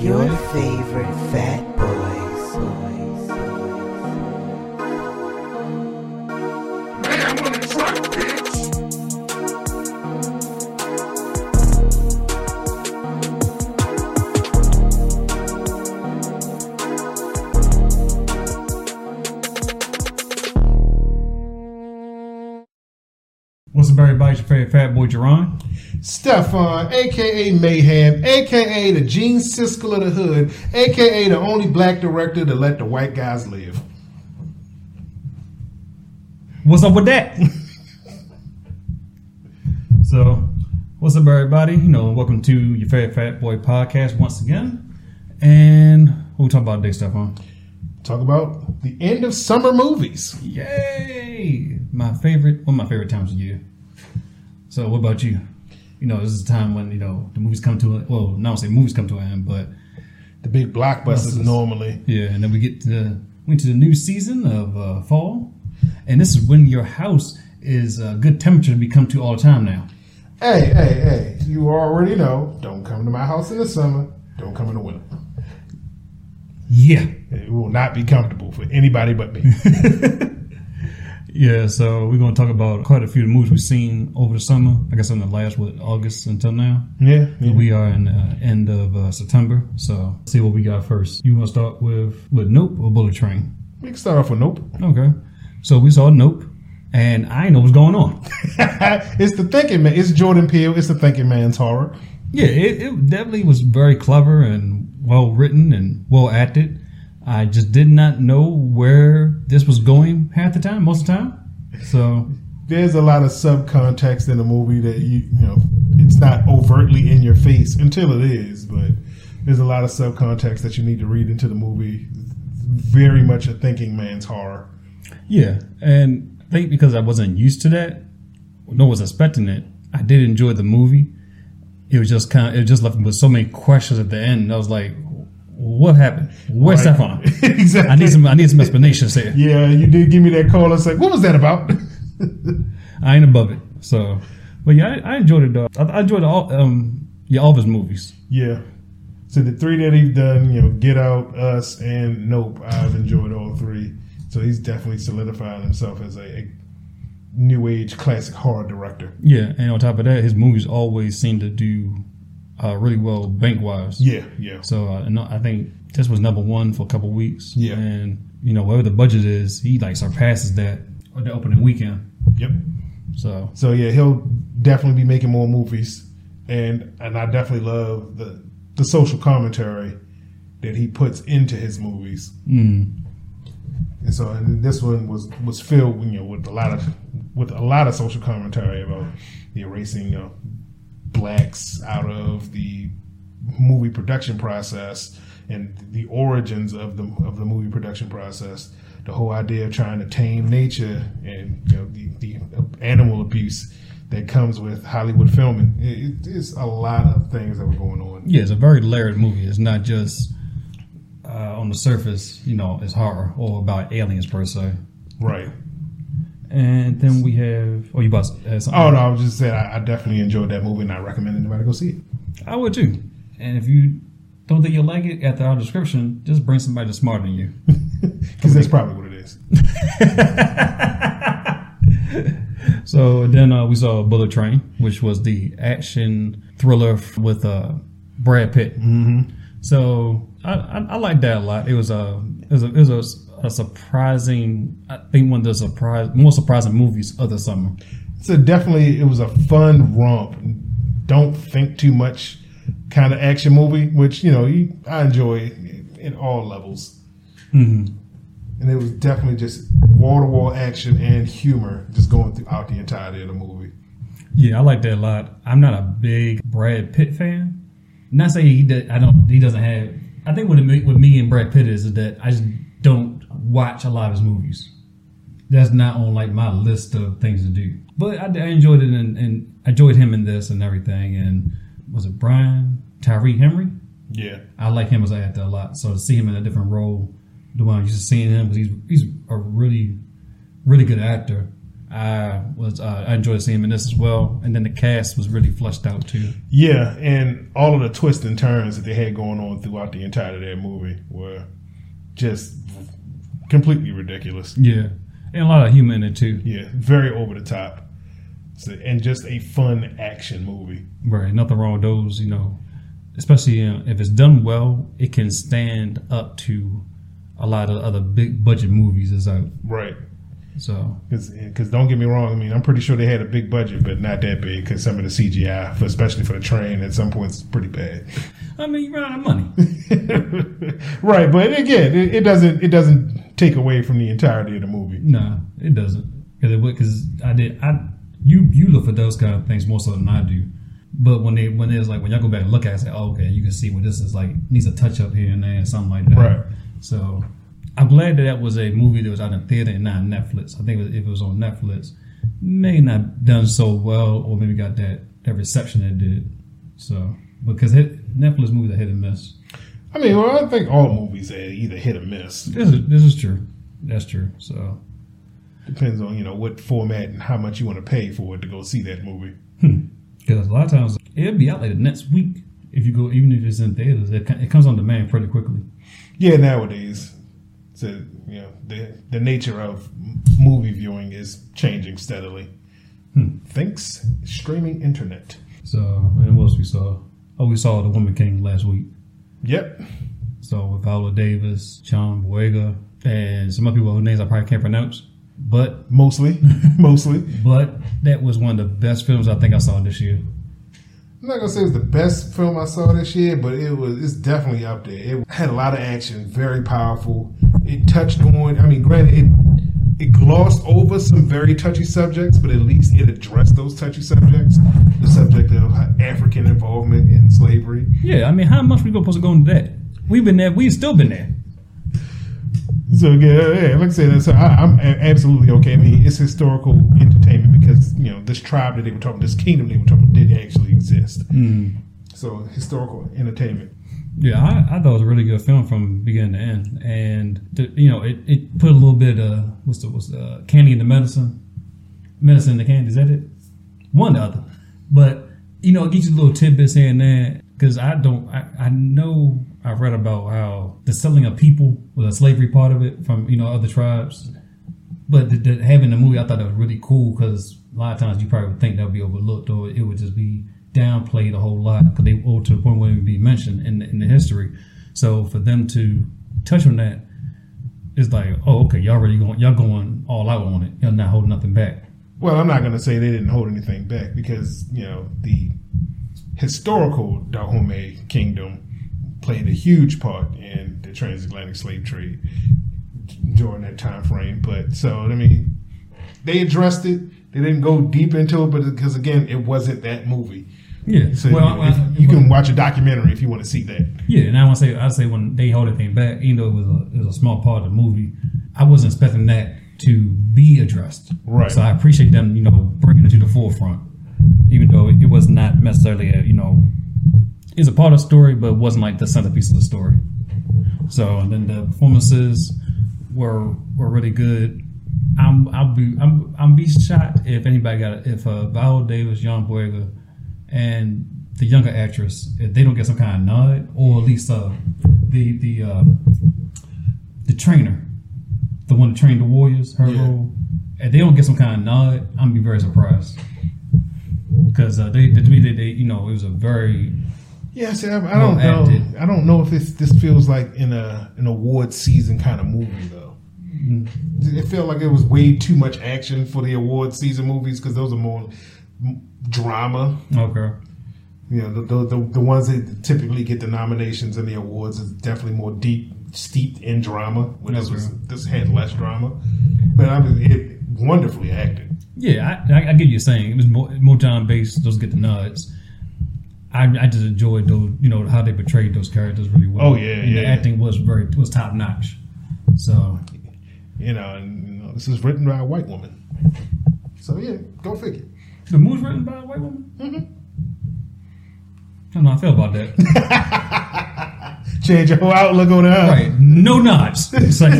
Your favorite fat boys. boys, What's up, everybody? It's your favorite fat boy, Jerron. Stefan, aka Mayhem, aka the Gene Siskel of the Hood, aka the only black director to let the white guys live. What's up with that? so, what's up, everybody? You know, welcome to your favorite fat boy podcast once again. And what we talking about today, Stefan? Talk about the end of summer movies. Yay! My favorite, one of my favorite times of year. So, what about you? You know, this is a time when you know the movies come to a well, not say movies come to an end, but The big blockbusters Blockbusters. normally. Yeah, and then we get to the, went to the new season of uh, fall, and this is when your house is a good temperature to be come to all the time now. Hey, hey, hey, you already know. Don't come to my house in the summer. Don't come in the winter. Yeah, It will not be comfortable for anybody but me. yeah. So we're gonna talk about quite a few of the movies we've seen over the summer. I guess in the last what August until now. yeah, yeah. We are in uh, end of uh, September, so let's see what we got first. You want to start with with Nope or Bullet Train? We can start off with Nope. Okay. So we saw Nope, and I didn't know what's going on. it's the thinking man. It's Jordan Peele. It's the thinking man's horror. Yeah, it, it definitely was very clever and well written and well acted. I just did not know where this was going half the time, most of the time. So there's a lot of subcontext in the movie that you you know it's not overtly in your face until it is, but there's a lot of subcontext that you need to read into the movie. Very much a thinking man's horror. yeah, and I think because I wasn't used to that, no was expecting it. I did enjoy the movie. It was just kind of it just left me with so many questions at the end. And I was like, "What happened? Where's Right. that from?" exactly. I need some I need some explanations there. Yeah, you did give me that call. I was like, "What was that about?" I ain't above it. So, but yeah, I, I enjoyed it though. I, I enjoyed all um yeah all of his movies. yeah. So the three that he's done, you know, Get Out, Us, and Nope. I've enjoyed all three. So he's definitely solidifying himself as a, a new age classic horror director. Yeah, and on top of that, his movies always seem to do uh, really well bank wise. Yeah, yeah. So uh, no, I think this was number one for a couple weeks. Yeah. and you know whatever the budget is, he like surpasses that on the opening weekend. Yep. So So yeah, he'll definitely be making more movies, and and I definitely love the the social commentary that he puts into his movies. mm, And so and this one was was filled you know with a lot of with a lot of social commentary about the erasing you know, blacks out of the movie production process and the origins of the of the movie production process. The whole idea of trying to tame nature and you know, the, the animal abuse that comes with Hollywood filming. It, it, it's a lot of things that were going on. yeah, it's a very layered movie. It's not just uh, on the surface, you know, it's horror or about aliens per se. Right. And then we have oh, you about to add something? Oh no, I was just saying I, I definitely enjoyed that movie and I recommend anybody go see it. I would too. And if you don't think you'll like it after our description, just bring somebody that's smarter than you. Because that's probably what it is. So then uh, we saw Bullet Train, which was the action thriller f- with uh, Brad Pitt. Mm-hmm. So I, I, I liked that a lot. It was a it was a, it was a s- a, surprising, I think one of the surprise more surprising movies of the summer. So definitely, it was a fun romp. Don't think too much kind of action movie, which you know you, I enjoy in all levels. Mm-hmm. And it was definitely just wall to wall action and humor just going throughout the entirety of the movie. Yeah, I like that a lot. I'm not a big Brad Pitt fan. Not saying he that I don't he doesn't have. I think what it, me- what me and Brad Pitt is, is that I just don't watch a lot of his movies. That's not on like my list of things to do. But I, I enjoyed it and, and I enjoyed him in this and everything. And was it Brian Tyree Henry? Yeah, I like him as an actor a lot. So to see him in a different role, the one I'm used to seeing him, because he's he's a really, really good actor. I was uh, I enjoyed seeing him in this as well. And then the cast was really fleshed out too. Yeah, and all of the twists and turns that they had going on throughout the entirety of that movie were just completely ridiculous. Yeah, and a lot of humor in it too. Yeah, very over the top. So, and just a fun action movie. Right, nothing wrong with those. You know, especially uh, if it's done well, it can stand up to a lot of other big budget movies that's out. Right. So Because don't get me wrong, I mean, I'm pretty sure they had a big budget, but not that big because some of the CGI, for, especially for the train, at some points, is pretty bad. I mean, you run out of money. right, but again, it, it doesn't it doesn't take away from the entirety of the movie. Nah, it doesn't. Because I did. I you you look for those kind of things more so than I do. But when they when there's like when y'all go back and look at, it, say, oh, okay, you can see what this is like. Needs a touch up here and there, something like that. Right. So I'm glad that that was a movie that was out in theater and not on Netflix. I think it was- if it was on Netflix, may not done so well, or maybe got that that reception it did. So because hit, Netflix movies are hit and miss. I mean, well, I think all movies are either hit or miss. This is this is true. That's true. So Depends on you know what format and how much you want to pay for it to go see that movie. Because a lot of times it'll be out like the next week if you go, even if it's in theaters, it, co- it comes on demand pretty quickly. Yeah, nowadays, so you know the the nature of m- movie viewing is changing steadily. Thanks streaming internet. So, and what else we saw? Oh, we saw The Woman King last week. Yep, So with Viola Davis, John Boyega, and some other people whose names I probably can't pronounce. But mostly, mostly. but that was one of the best films I think I saw this year. I'm not gonna say it's the best film I saw this year, but it was. It's definitely up there. It had a lot of action, very powerful. It touched on. I mean, granted, it it glossed over some very touchy subjects, but at least it addressed those touchy subjects. The subject of African involvement in slavery. Yeah, I mean, how much we supposed to go into that? We've been there. We've still been there. So yeah, yeah like I said, so I, I'm a- absolutely okay. I mean, it's historical entertainment because you know this tribe that they were talking, this kingdom they were talking, about did actually exist. So historical entertainment. Yeah, I, I thought it was a really good film from beginning to end, and the, you know, it, it put a little bit of what's the what's the uh, candy in the medicine, medicine in the candy. Is that it? One or the other, but you know, it gives you little tidbits here and there. Because I don't, I, I know I read about how the selling of people was a slavery part of it from you know other tribes, but the, the, having the movie, I thought that was really cool because a lot of times you probably would think that would be overlooked or it would just be downplayed a whole lot because they or to the point where it would be mentioned in the, in the history. So for them to touch on that, it's like, oh, okay, y'all really going, y'all going all out on it. Y'all not holding nothing back. Well, I'm not going to say they didn't hold anything back because, you know, the historical Dahomey kingdom played a huge part in the transatlantic slave trade during that time frame. But so, I mean, they addressed it. They didn't go deep into it, but because again, it wasn't that movie. Yeah. So well, you, know, if- you can watch a documentary if you want to see that. Yeah, and I want to say I say when they hold everything back, even though it was a it was a small part of the movie, I wasn't expecting that to be addressed. Right. So I appreciate them, you know, bringing it to the forefront, even though it was not necessarily a you know, it's a part of the story, but it wasn't like the centerpiece of the story. So and then the performances were were really good. I'm I'll be I'm I'm be shocked if anybody got if uh, Viola Davis, John Boyega, and the younger actress if they don't get some kind of nod or at least uh the the uh the trainer, the one that trained the Warriors, her Yeah. role, if they don't get some kind of nod, I'm gonna be very surprised. Because uh, they, to me, they, they, you know, it was a very Yeah, see, I, I don't Well know. acted. I don't know if this this feels like in a an award season kind of movie though. It felt like it was way too much action for the award season movies because those are more m- drama. okay. You know, the, the the the ones that typically get the nominations and the awards is definitely more deep, steeped in drama. Where this was this had less drama, but I mean, it wonderfully acted. Yeah, I, I, I get you saying it was more, more John Bates. Those get the nuts. I, I just enjoyed those. You know how they portrayed those characters really well. Oh, yeah, and yeah, the yeah. acting was very was top notch. So You know, and you know, this is written by a white woman. So yeah, go figure. the movie's written by a white woman. Mm-hmm. I don't know how I feel about that. Change your whole outlook on her. right, no nods. It's like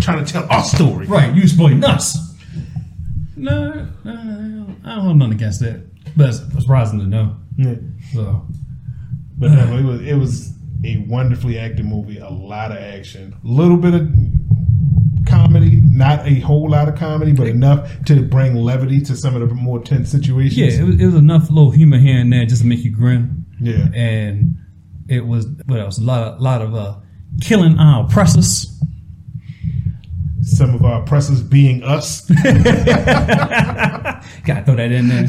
trying to tell our story. Right, you exploiting us. No, no, I don't- I don't hold nothing against that. But it's surprising to know. Yeah. So, But no, it was it was a wonderfully acted movie. A lot of action, a little bit of comedy, not a whole lot of comedy, but enough to bring levity to some of the more tense situations. yeah, it was, it was enough little humor here and there just to make you grin. yeah. And it was, what else? A lot of, lot of uh, killing our oppressors. some of our oppressors being us. Gotta throw that in there.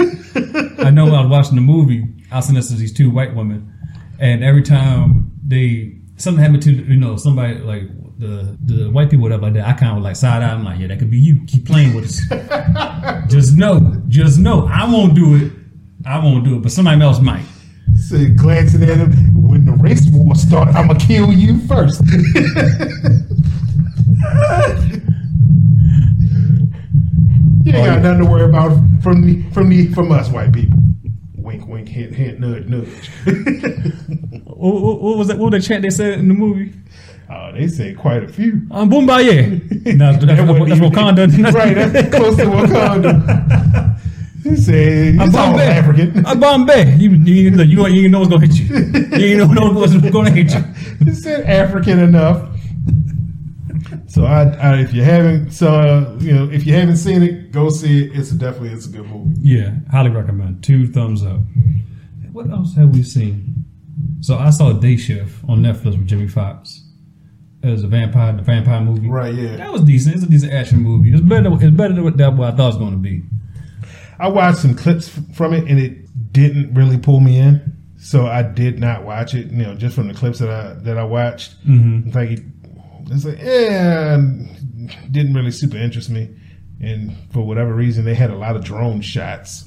I know when I was watching the movie, I was listening to these two white women, and every time they something happened to you know somebody like the the white people whatever like that, I kind of was like side eye. I'm like, yeah, that could be you. Keep playing with us. just know, just know, I won't do it. I won't do it, but somebody else might. so glancing at him when the race war started, I'm gonna kill you first. you ain't got nothing to worry about from the from the from us white people. Wink, wink, hint, hint, nudge, nudge. What, what- what was that? What was that chant they said in the movie? oh, they said quite a few. Um, Boombaye. No, that's, that's, That wasn't that's even- Wakanda. right, that's close to Wakanda. He said, I it's all Bombay. African. I Bombay. You, you, look, you, you know what's gonna hit you. You know no one's gonna hit you. it said African enough. So I, I if you haven't so uh, you know if you haven't seen it, go see it. It's definitely it's a good movie. Yeah, highly recommend. Two thumbs up. What else have we seen? So I saw Day Shift on Netflix with Jimmy Fox. It was a vampire, the vampire movie. Right, yeah. That was decent. It's a decent action movie. It's better. It's better than what, that what I thought it was going to be. I watched some clips f- from it and it didn't really pull me in. So I did not watch it, you know, just from the clips that I that I watched. Mhm. It's like it, it's like yeah, didn't really super interest me. And for whatever reason, they had a lot of drone shots.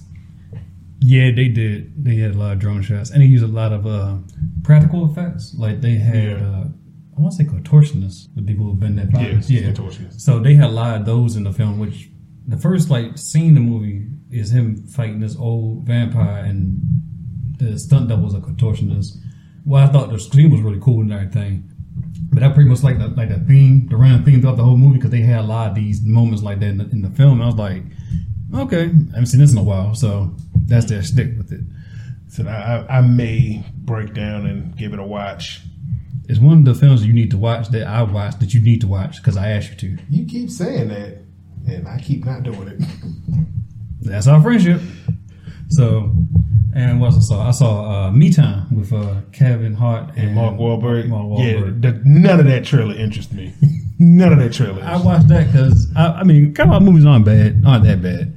Yeah, they did. They had a lot of drone shots, and they used a lot of uh, practical effects. Like they had, Yeah. uh, I want to say contortionists, the people who've been that violence. Yeah, contortionists. So they had a lot of those in the film. Which the first like scene in the movie is him fighting this old vampire, and the stunt doubles are contortionists. Well, I thought the scene was really cool and everything, but I pretty much like the like the theme, the running theme throughout the whole movie because they had a lot of these moments like that in the, in the film. And I was like, okay, I haven't seen this in a while, so that's their stick with it. So I, I, I may break down and give it a watch. It's one of the films you need to watch that I watched that you need to watch because I asked you to. You keep saying that, and I keep not doing it. That's our friendship. So, and what else I saw? I saw uh, Me Time with uh, Kevin Hart and, Mark Wahlberg. Mark Wahlberg. Yeah, that, none of that trailer interests me. None of that trailer. I Interests me. watched that because I, I mean, Kevin Hart movies aren't bad, aren't that bad.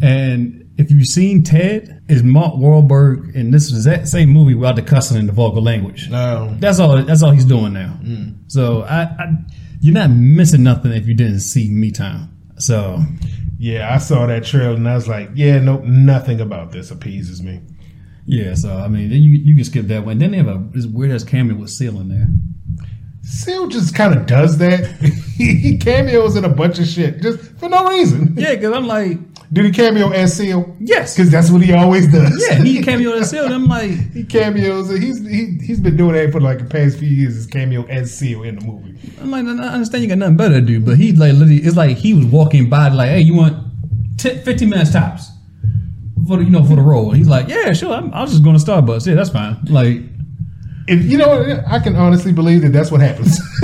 And if you've seen Ted, it's Mark Wahlberg in this exact same movie without the cussing and the vulgar language. No. Mm. That's all. That's all he's doing now. So I, I, you're not missing nothing if you didn't see Me Time. So Yeah, I saw that trailer and I was like, yeah, nope, nothing about this appeases me. yeah. So I mean, you you can skip that one. Then they have a this weird ass cameo with Seal in there. Seal just kind of does that. he cameos in a bunch of shit just for no reason. Yeah, because I'm like, Did he cameo as Seal? yes, Because that's what he always does. yeah, he cameo as Seal. and I'm like, He cameos. He's he, he's been doing that for like the past few years. His cameo as Seal in the movie. I'm like, I understand you got nothing better to do, but he like literally, it's like he was walking by, like, hey, you want 10, 15 minutes tops for the, you know for the role? And he's like, yeah, sure, I'm, I was just going to Starbucks. Yeah, that's fine. Like. If you know, what, I can honestly believe that that's what happens.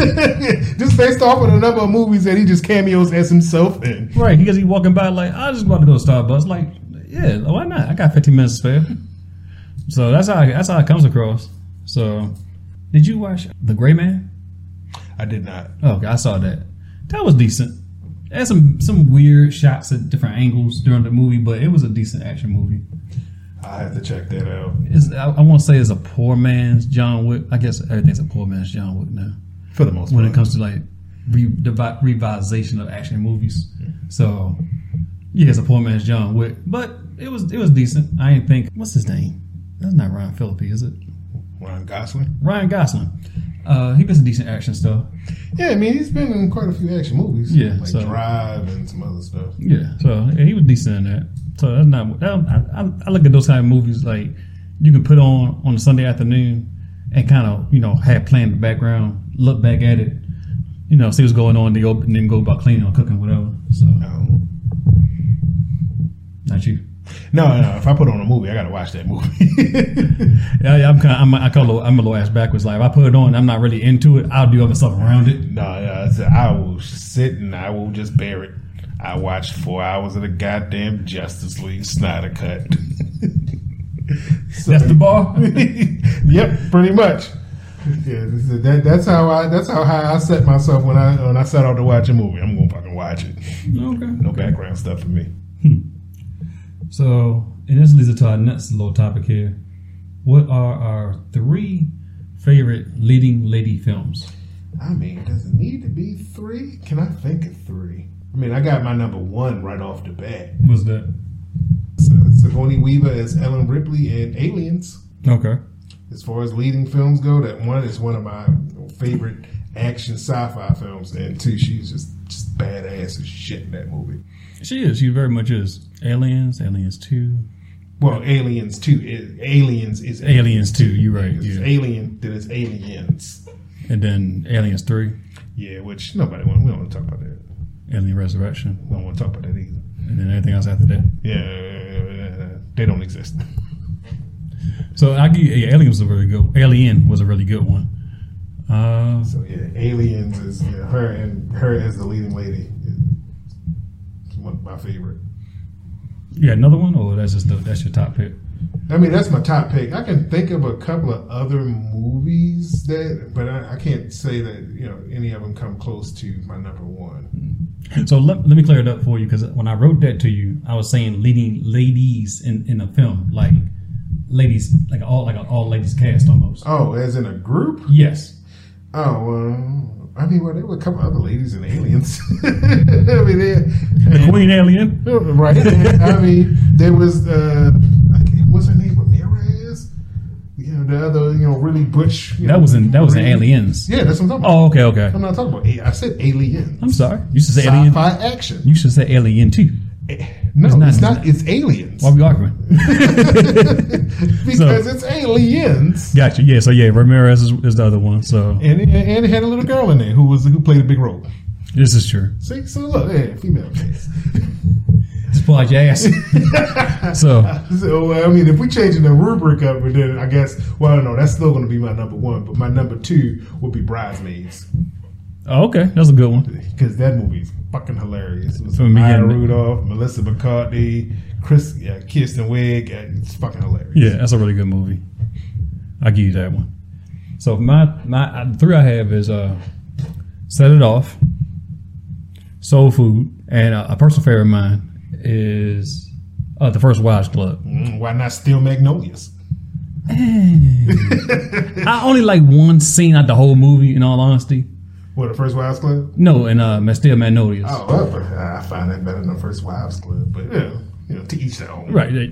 just based off of the number of movies that he just cameos as himself in. Right, because he walking by like I just about to go to Starbucks. Like, yeah, why not? I got 15 minutes to spare. So that's how that's how it comes across. So, did you watch The Gray Man? I did not. Oh, okay, I saw that. That was decent. It had some some weird shots at different angles during the movie, but it was a decent action movie. I have to check that out. It's, I, I won't say it's a poor man's John Wick. I guess everything's a poor man's John Wick now. For the most when part, it comes to like re- devi- revitalization of action movies. So yeah, it's a poor man's John Wick, but it was it was decent. I didn't think what's his name? That's not Ryan Phillippe, is it? Ryan Gosling. Ryan Gosling. Uh, he did some decent action stuff. Yeah, I mean he's been in quite a few action movies. Yeah, like so- Drive and some other stuff. Yeah, so yeah, he was decent in that. So that's not. That, I, I- I look at those kind of movies like you can put on on a Sunday afternoon and kind of you know have play in the background, look back at it, you know, see what's going on, then go, then go about cleaning or cooking, whatever. So, No. not you. no, no. If I put on a movie, I gotta watch that movie. Yeah, yeah, I'm kind of, I'm, I call it, I'm a little ass backwards. Like, if I put it on, I'm not really into it. I'll do other stuff around it. no, no. It's, I will sit and I will just bear it. I watched four hours of the goddamn Justice League Snyder cut. So- That's the bar. yep, pretty much. Yeah, this is- that, that's how I. That's how high I set myself when I when I set out to watch a movie. I'm gonna fucking watch it. okay. No background stuff for me. So, and this leads us to our next little topic here. What are our three favorite leading lady films? I mean, does it need to be three? Can I think of three? I mean, I got my number one right off the bat. What's that? So, Sigourney Weaver as Ellen Ripley in Aliens. Okay. As far as leading films go, that one is one of my favorite action sci-fi films, and two, she's just just badass as shit in that movie. She is. She very much is. Aliens, Aliens 2. Well, Aliens too. It- Aliens is Aliens 2, you're right. It's Yeah. Alien. Then it's Aliens. And then Aliens 3, Yeah, which nobody want. We don't want to talk about that. Alien Resurrection, We don't want to talk about that either. and then everything else after that. Yeah, they don't exist. So, I give you, yeah, Alien was a really good Alien was a really good one. Uh, So yeah, Aliens is yeah, her and her as the leading lady. Is one of my favorite. yeah, another one, or that's just the, that's your top pick. I mean, that's my top pick. I can think of a couple of other movies that, but I, I can't say that you know any of them come close to my number one. So let, let me clear it up for you because when I wrote that to you, I was saying leading ladies in, in a film, like ladies, like all like an all ladies cast almost. Oh, as in a group? Yes, Oh, well, I mean, well, there were a couple other ladies and aliens. I mean, they, the Queen Alien. Right. I mean, there was uh, I can't- what's her name Ramirez? You know, the other you know really butch. you know, That was in that was in really- Aliens. Yeah, that's what I'm talking about. Oh, okay, okay. I'm not talking about. a- I said alien. I'm sorry. You should say Alien. Sci-fi action. Eh, You should say Alien too. No, it's not- not. It's, aliens Why are we arguing? because it's aliens. gotcha. Yeah. So yeah, Ramirez is, is the other one. So And, and and it had a little girl in there who was who played a big role. this is true. See, so look, yeah, female cast. Just pull out your ass. so So I mean, if we changing the rubric up, then I guess well, no, that's still going to be my number one. But my number two would be Bridesmaids oh, okay, that's a good one. because that movie is fucking hilarious. It was From the Maya beginning. Rudolph, Melissa McCarthy, Chris yeah, Kirsten Wig. It's fucking hilarious. Yeah, that's a really good movie. I give you that one. So my my uh, three I have is uh, Set It Off, Soul Food, and uh, a personal favorite of mine is uh, The First Wives Club. Mm, why not Steel Magnolias? I only like one scene out the whole movie. In all honesty, What the first Wives Club? no, and uh, Steel Magnolias. Oh, well, I find that better than the first Wives Club, but yeah, you know, to each their own. Right. they-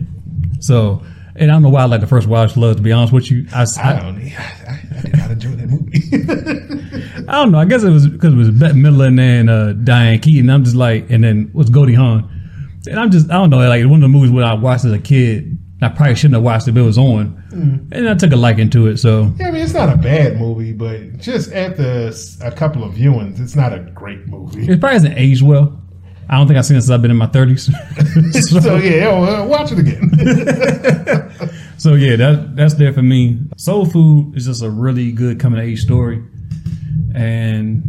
So, and I don't know why I like The First Wives Club. To be honest with you, I, s- I I- don't. I, I did not enjoy that movie. I don't know. I guess it was because it was Bette Midler and then uh, Diane Keaton. I'm just like, and then what's Goldie Hawn? And I'm just, I don't know. Like one of the movies where I watched as a kid, I probably shouldn't have watched it, but it was on, and I took a liking to it. So Yeah, I mean, it's not a bad movie, but just after s- a couple of viewings, it's not a great movie. it probably hasn't aged well. I don't think I've seen it since I've been in my 30s. so, So yeah, well, uh, watch it again. so, yeah, that that's there for me. Soul Food is just a really good coming of age story, and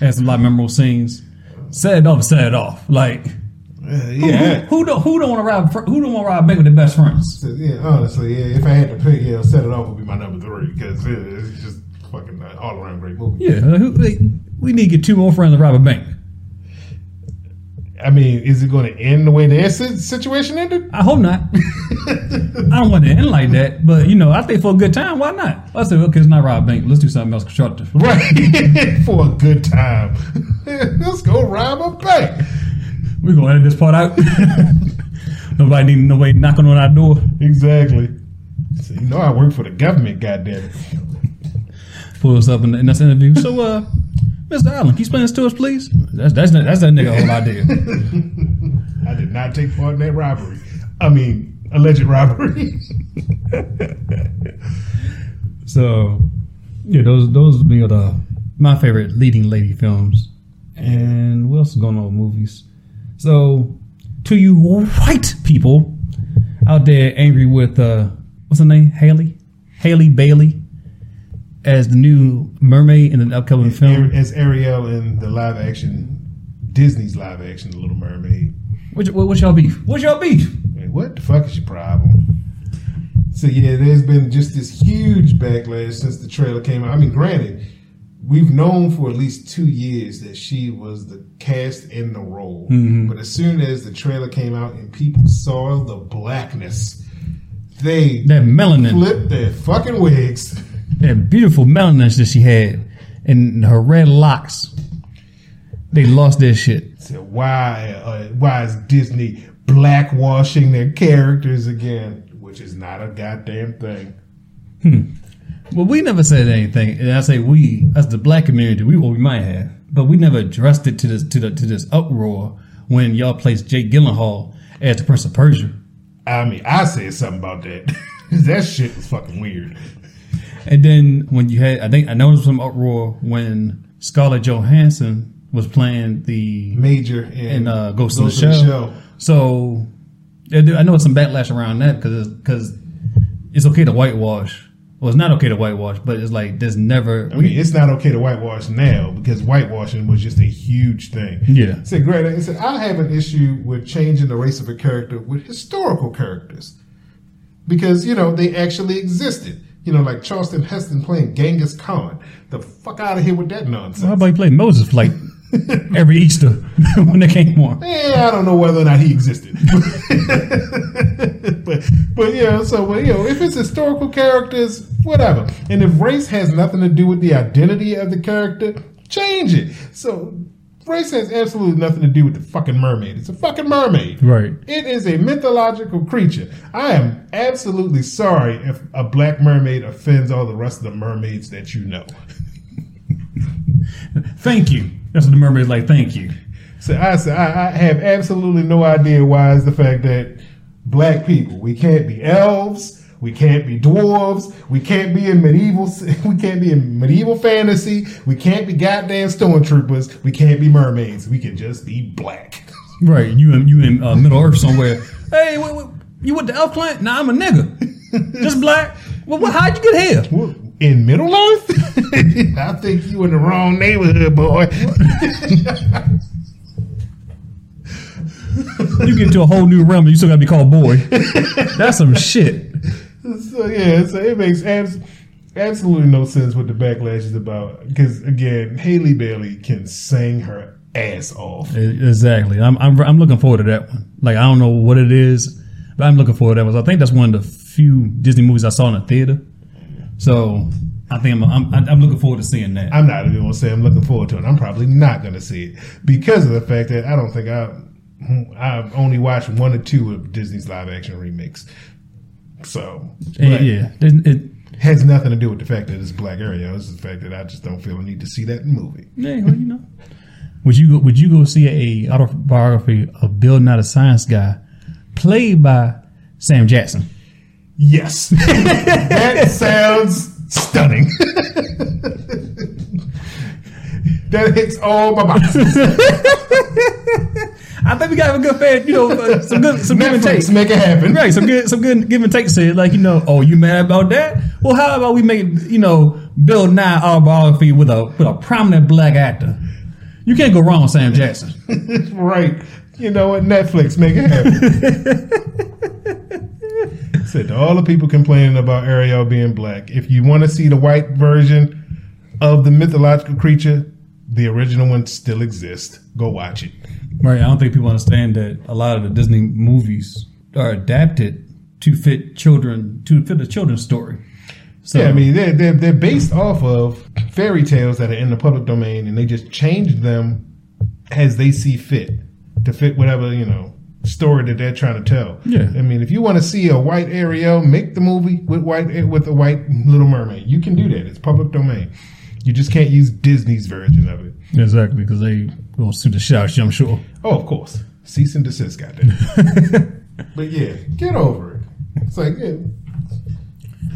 has a lot of memorable scenes. Set it off, set it off. Like yeah, who don't who don't want to ride fr- who don't want to ride back with their best friends. So, yeah. Honestly, yeah. If I had to pick, yeah, set it off would be my number three because it's just fucking uh, all around great movie. Yeah, uh, who, like, we need to get two more friends to rob a bank. I mean, is it going to end the way their si- situation ended? I hope not. I don't want to end like that, but you know, I think for a good time, why not? I said, okay, it's not rob a bank. Let's do something else constructive. Right for a good time. Let's go rob a bank. We're gonna edit this part out. nobody need nobody knocking on our door. Exactly. So, you know, I work for the government. Goddamn it. Pull us up in, in this interview. So, uh, Mr. Allen, can you explain this to us, please? That's that's that's that nigga whole idea. I did not take part in that robbery. I mean, alleged robbery. So, yeah, those those be the my favorite leading lady films. And what else is going on with movies? So, to you white people out there angry with, uh, what's her name? Haley? Haley Bailey as the new mermaid in an upcoming film. As Ariel in the live action, Disney's live action, The Little Mermaid. What, what, what's y'all beef? What's y'all beef? Man, what the fuck is your problem? So yeah, there's been just this huge backlash since the trailer came out. I mean, granted, we've known for at least two years that she was the cast in the role, but as soon as the trailer came out and people saw the blackness, they That melanin, flipped their fucking wigs. that beautiful melanin that she had, and her red locks. They lost their shit. Said, why, uh, why is Disney blackwashing their characters again? Which is not a goddamn thing. Well, we never said anything, and I say we, as the black community, we well, we might have, but we never addressed it to this to the to this uproar when y'all placed Jake Gyllenhaal as the Prince of Persia, I mean, I said something about that. that shit was fucking weird. and then when you had, I think I noticed some uproar when Scarlett Johansson was playing the Major and, in uh, Ghost, Ghost in in the the Shell. Shell. So yeah, dude, I know it's some backlash around that because because it's, okay to whitewash. Well, it's not okay to whitewash, but it's like there's never I mean, it's not okay to whitewash now because whitewashing was just a huge thing. Yeah. Said great. It said I have an issue with changing the race of a character with historical characters because you know they actually existed. You know, like Charleston Heston playing Genghis Khan. The fuck out of here with that nonsense. How about you play Moses for like every Easter when they came on? Yeah, Eh, I don't know whether or not he existed. but but yeah, so but, you know, if it's historical characters, whatever. And if race has nothing to do with the identity of the character, change it. So race has absolutely nothing to do with the fucking mermaid. It's a fucking mermaid. Right. It is a mythological creature. I am absolutely sorry if a black mermaid offends all the rest of the mermaids that you know. Thank you. That's what the mermaid's like. Thank you. So I, so I, I have absolutely no idea why is the fact that black people we can't be elves, we can't be dwarves, we can't be in medieval, we can't be in medieval fantasy, we can't be goddamn stormtroopers, we can't be mermaids, we can just be black. Right. You in you in uh, Middle Earth somewhere? hey, what, what, you with the elf plant? Nah, I'm a nigga. Just black. Well, what, how'd you get here? What, In Middle Earth, I think you in the wrong neighborhood, boy. You get into a whole new realm. and You still gotta be called boy. That's some shit. so yeah, so it makes abs- absolutely no sense what the backlash is about. Because again, Haley Bailey can sing her ass off. E, Exactly. I'm, I'm I'm looking forward to that one. Like I don't know what it is, but I'm looking forward to that one. I think that's one of the few Disney movies I saw in a theater. So I think I'm I'm, I'm looking forward to seeing that. I'm not even gonna say I'm looking forward to it. I'm probably not gonna see it because of the fact that I don't think I I've only watched one or two of Disney's live action remakes. So And, but Yeah, there's- it, has nothing to do with the fact that it's black area. It's the fact that I just don't feel a need to see that movie. Yeah, well, you know. Would you go, would you go see a autobiography of Bill Not a Science Guy, played by Sam Jackson? Yes, that sounds stunning. that hits all my boxes. I think we got a good fan, you know, uh, some good some give and take. Netflix, make it happen. Right, some good some good give and take said like, you know, oh you mad about that? Well how about we make, you know, Bill Nye autobiography with a with a prominent black actor? You can't go wrong with Sam Jackson. Right. You know what? Netflix, make it happen. Said to all the people complaining about Ariel being black. If you want to see the white version of the mythological creature, the original one still exists. Go watch it. Right. I don't think people understand that a lot of the Disney movies are adapted to fit children to fit a children's story. So Yeah, I mean they're they're, they're based off of fairy tales that are in the public domain, and they just change them as they see fit to fit whatever you know story that they're trying to tell. Yeah. I mean if you want to see a white Ariel, make the movie with white with a white Little Mermaid. You can do that. It's public domain. You just can't use Disney's version of it. exactly because they will sue the shit out of you, I'm sure. Oh, of course, cease and desist. Goddamn. but yeah, get over it. It's like yeah, Yeah,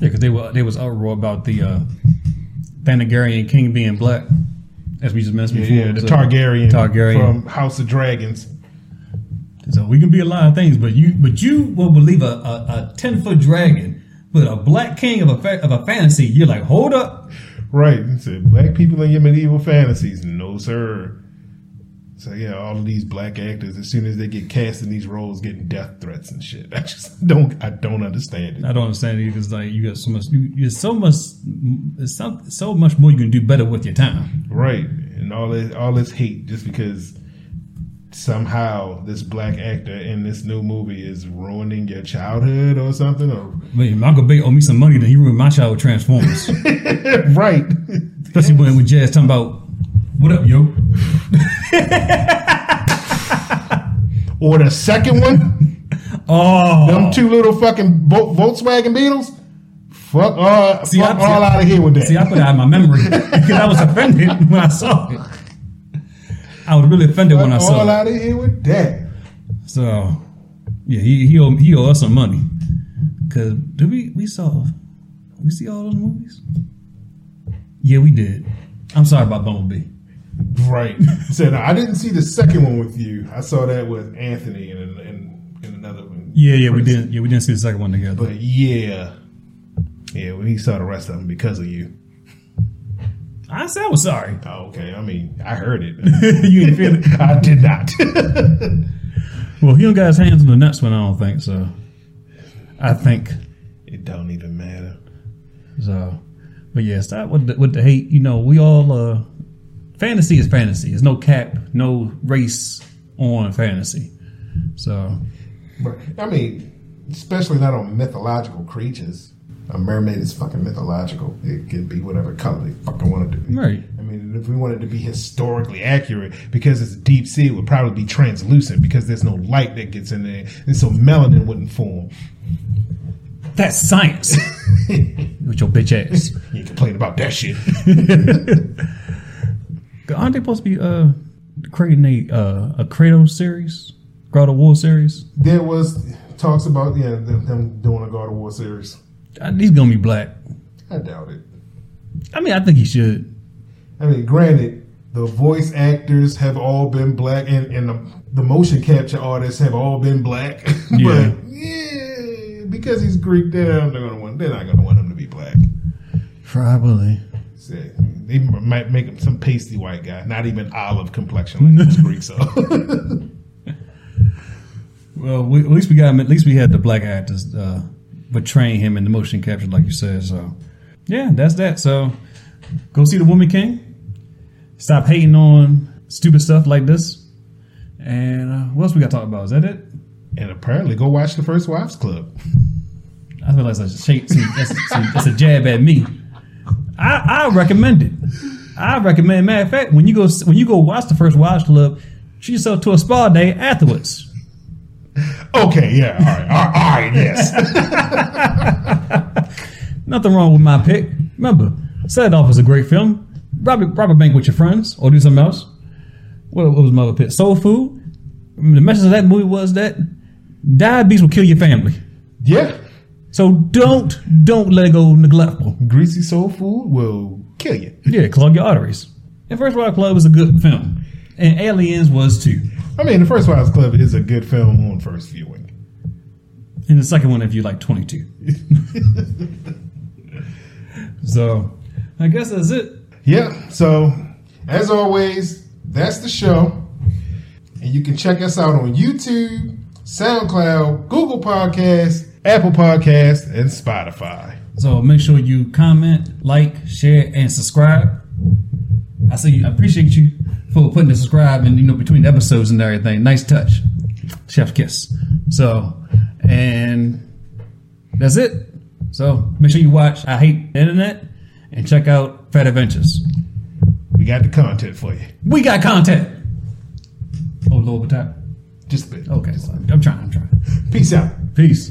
because they were they was uproar about the uh, Thanagarian king being black. as we just mentioned Yeah, before. yeah, the so- Targaryen, Targaryen. from House of Dragons. So we can be a lot of things, but you but you will believe a, a, a ten foot dragon, but a black king of a fa- of a fantasy. You're like, hold up, Right. It said black people in your medieval fantasies. No, sir. So yeah, all of these black actors, as soon as they get cast in these roles, getting death threats and shit. I just don't. I don't understand it. I don't understand it because like you got so much, you, you're so much, there's so, so much more you can do better with your time. Right. And all this, all this hate just because somehow this black actor in this new movie is ruining your childhood or something. Or I mean, Michael Bay owe me some money, then he ruined my child with Transformers, right. especially when with Jazz talking about what up, yo. Or the second one, Oh, them two little fucking Vol- Volkswagen Beetles. Fuck all, See, fuck I- all out of here with that. See, I put it out of my memory because I was offended when I saw it. I was really offended when I all saw it. out of here with that. So, yeah, he he owe, he owe us some money. Cause did we we saw we see all those movies? Yeah, we did. I'm sorry about Bumblebee. Right. Said I didn't see the second one with you. I saw that with Anthony and and, and another one. Yeah, yeah, we didn't. Yeah, we didn't see the second one together. But yeah, yeah. Well, he saw the rest of them because of you. I said I was sorry. Oh, okay. I mean, I heard it. you didn't feel it. I did not. Well, he don't got his hands on the next one. I don't think so. I think it don't even matter. so. But yeah, stop with the, with the hate. You know, we all uh, fantasy is fantasy. There's no cap, no race on fantasy. So But I mean, especially not on mythological creatures. A mermaid is fucking mythological. It can be whatever color they fucking want it to be. Right. I mean, if we wanted to be historically accurate, because it's deep sea, it would probably be translucent because there's no light that gets in there, and so melanin wouldn't form. That's science. With your bitch ass. You complain about that shit. Aren't they supposed to be uh creating a uh, a Kratos series? God of War series? there was talks about yeah them, them doing a God of War series. Uh, He's gonna be black. I doubt it. I mean, I think he should. I mean, granted, the voice actors have all been black, and, and the, the motion capture artists have all been black. Yeah. but yeah, because he's Greek, they're not gonna want. They're not gonna want him to be black. Probably. So, they might make him some pasty white guy, not even olive complexion like those Greeks are. Well, we, at least we got him. At least we had the black actors uh, portraying him in the motion capture, like you said. So, yeah, that's that. So, go see the Woman King. Stop hating on stupid stuff like this. And uh, what else we got to talk about? Is that it? and apparently, go watch the First Wives Club. I feel like that's a shake. See, that's, see, that's a jab at me. I, I recommend it. I recommend. Matter of fact, when you go when you go watch the first Watch Club, treat yourself to a spa day afterwards. Okay, yeah, all right, all right, all right yes. Nothing wrong with my pick. Remember, set it off as a great film. Rob it- rob a bank with your friends or do something else. What, what was my other pick? Soul Food. The message of that movie was that diabetes will kill your family. yeah, So don't don't let it go neglectful. greasy soul food will kill you. Yeah, clog your arteries. And First Wild Club was a good film, and Aliens was too. I mean, the First Wives Club is a good film on first viewing. And the second one, if you like, twenty two. so, I guess that's it. Yeah. So, as always, that's the show. And you can check us out on YouTube, SoundCloud, Google Podcasts, Apple Podcasts, and Spotify. So make sure you comment, like, share, and subscribe. I see. I appreciate you for putting the subscribe and you know between the episodes and everything. Nice touch, chef kiss. So, and that's it. So make sure you watch. I hate the internet and check out Fat Adventures. We got the content for you. We got content. Oh, Lord, what time? Just a bit. Oh, Okay, I'm trying. I'm trying. Peace out. Peace.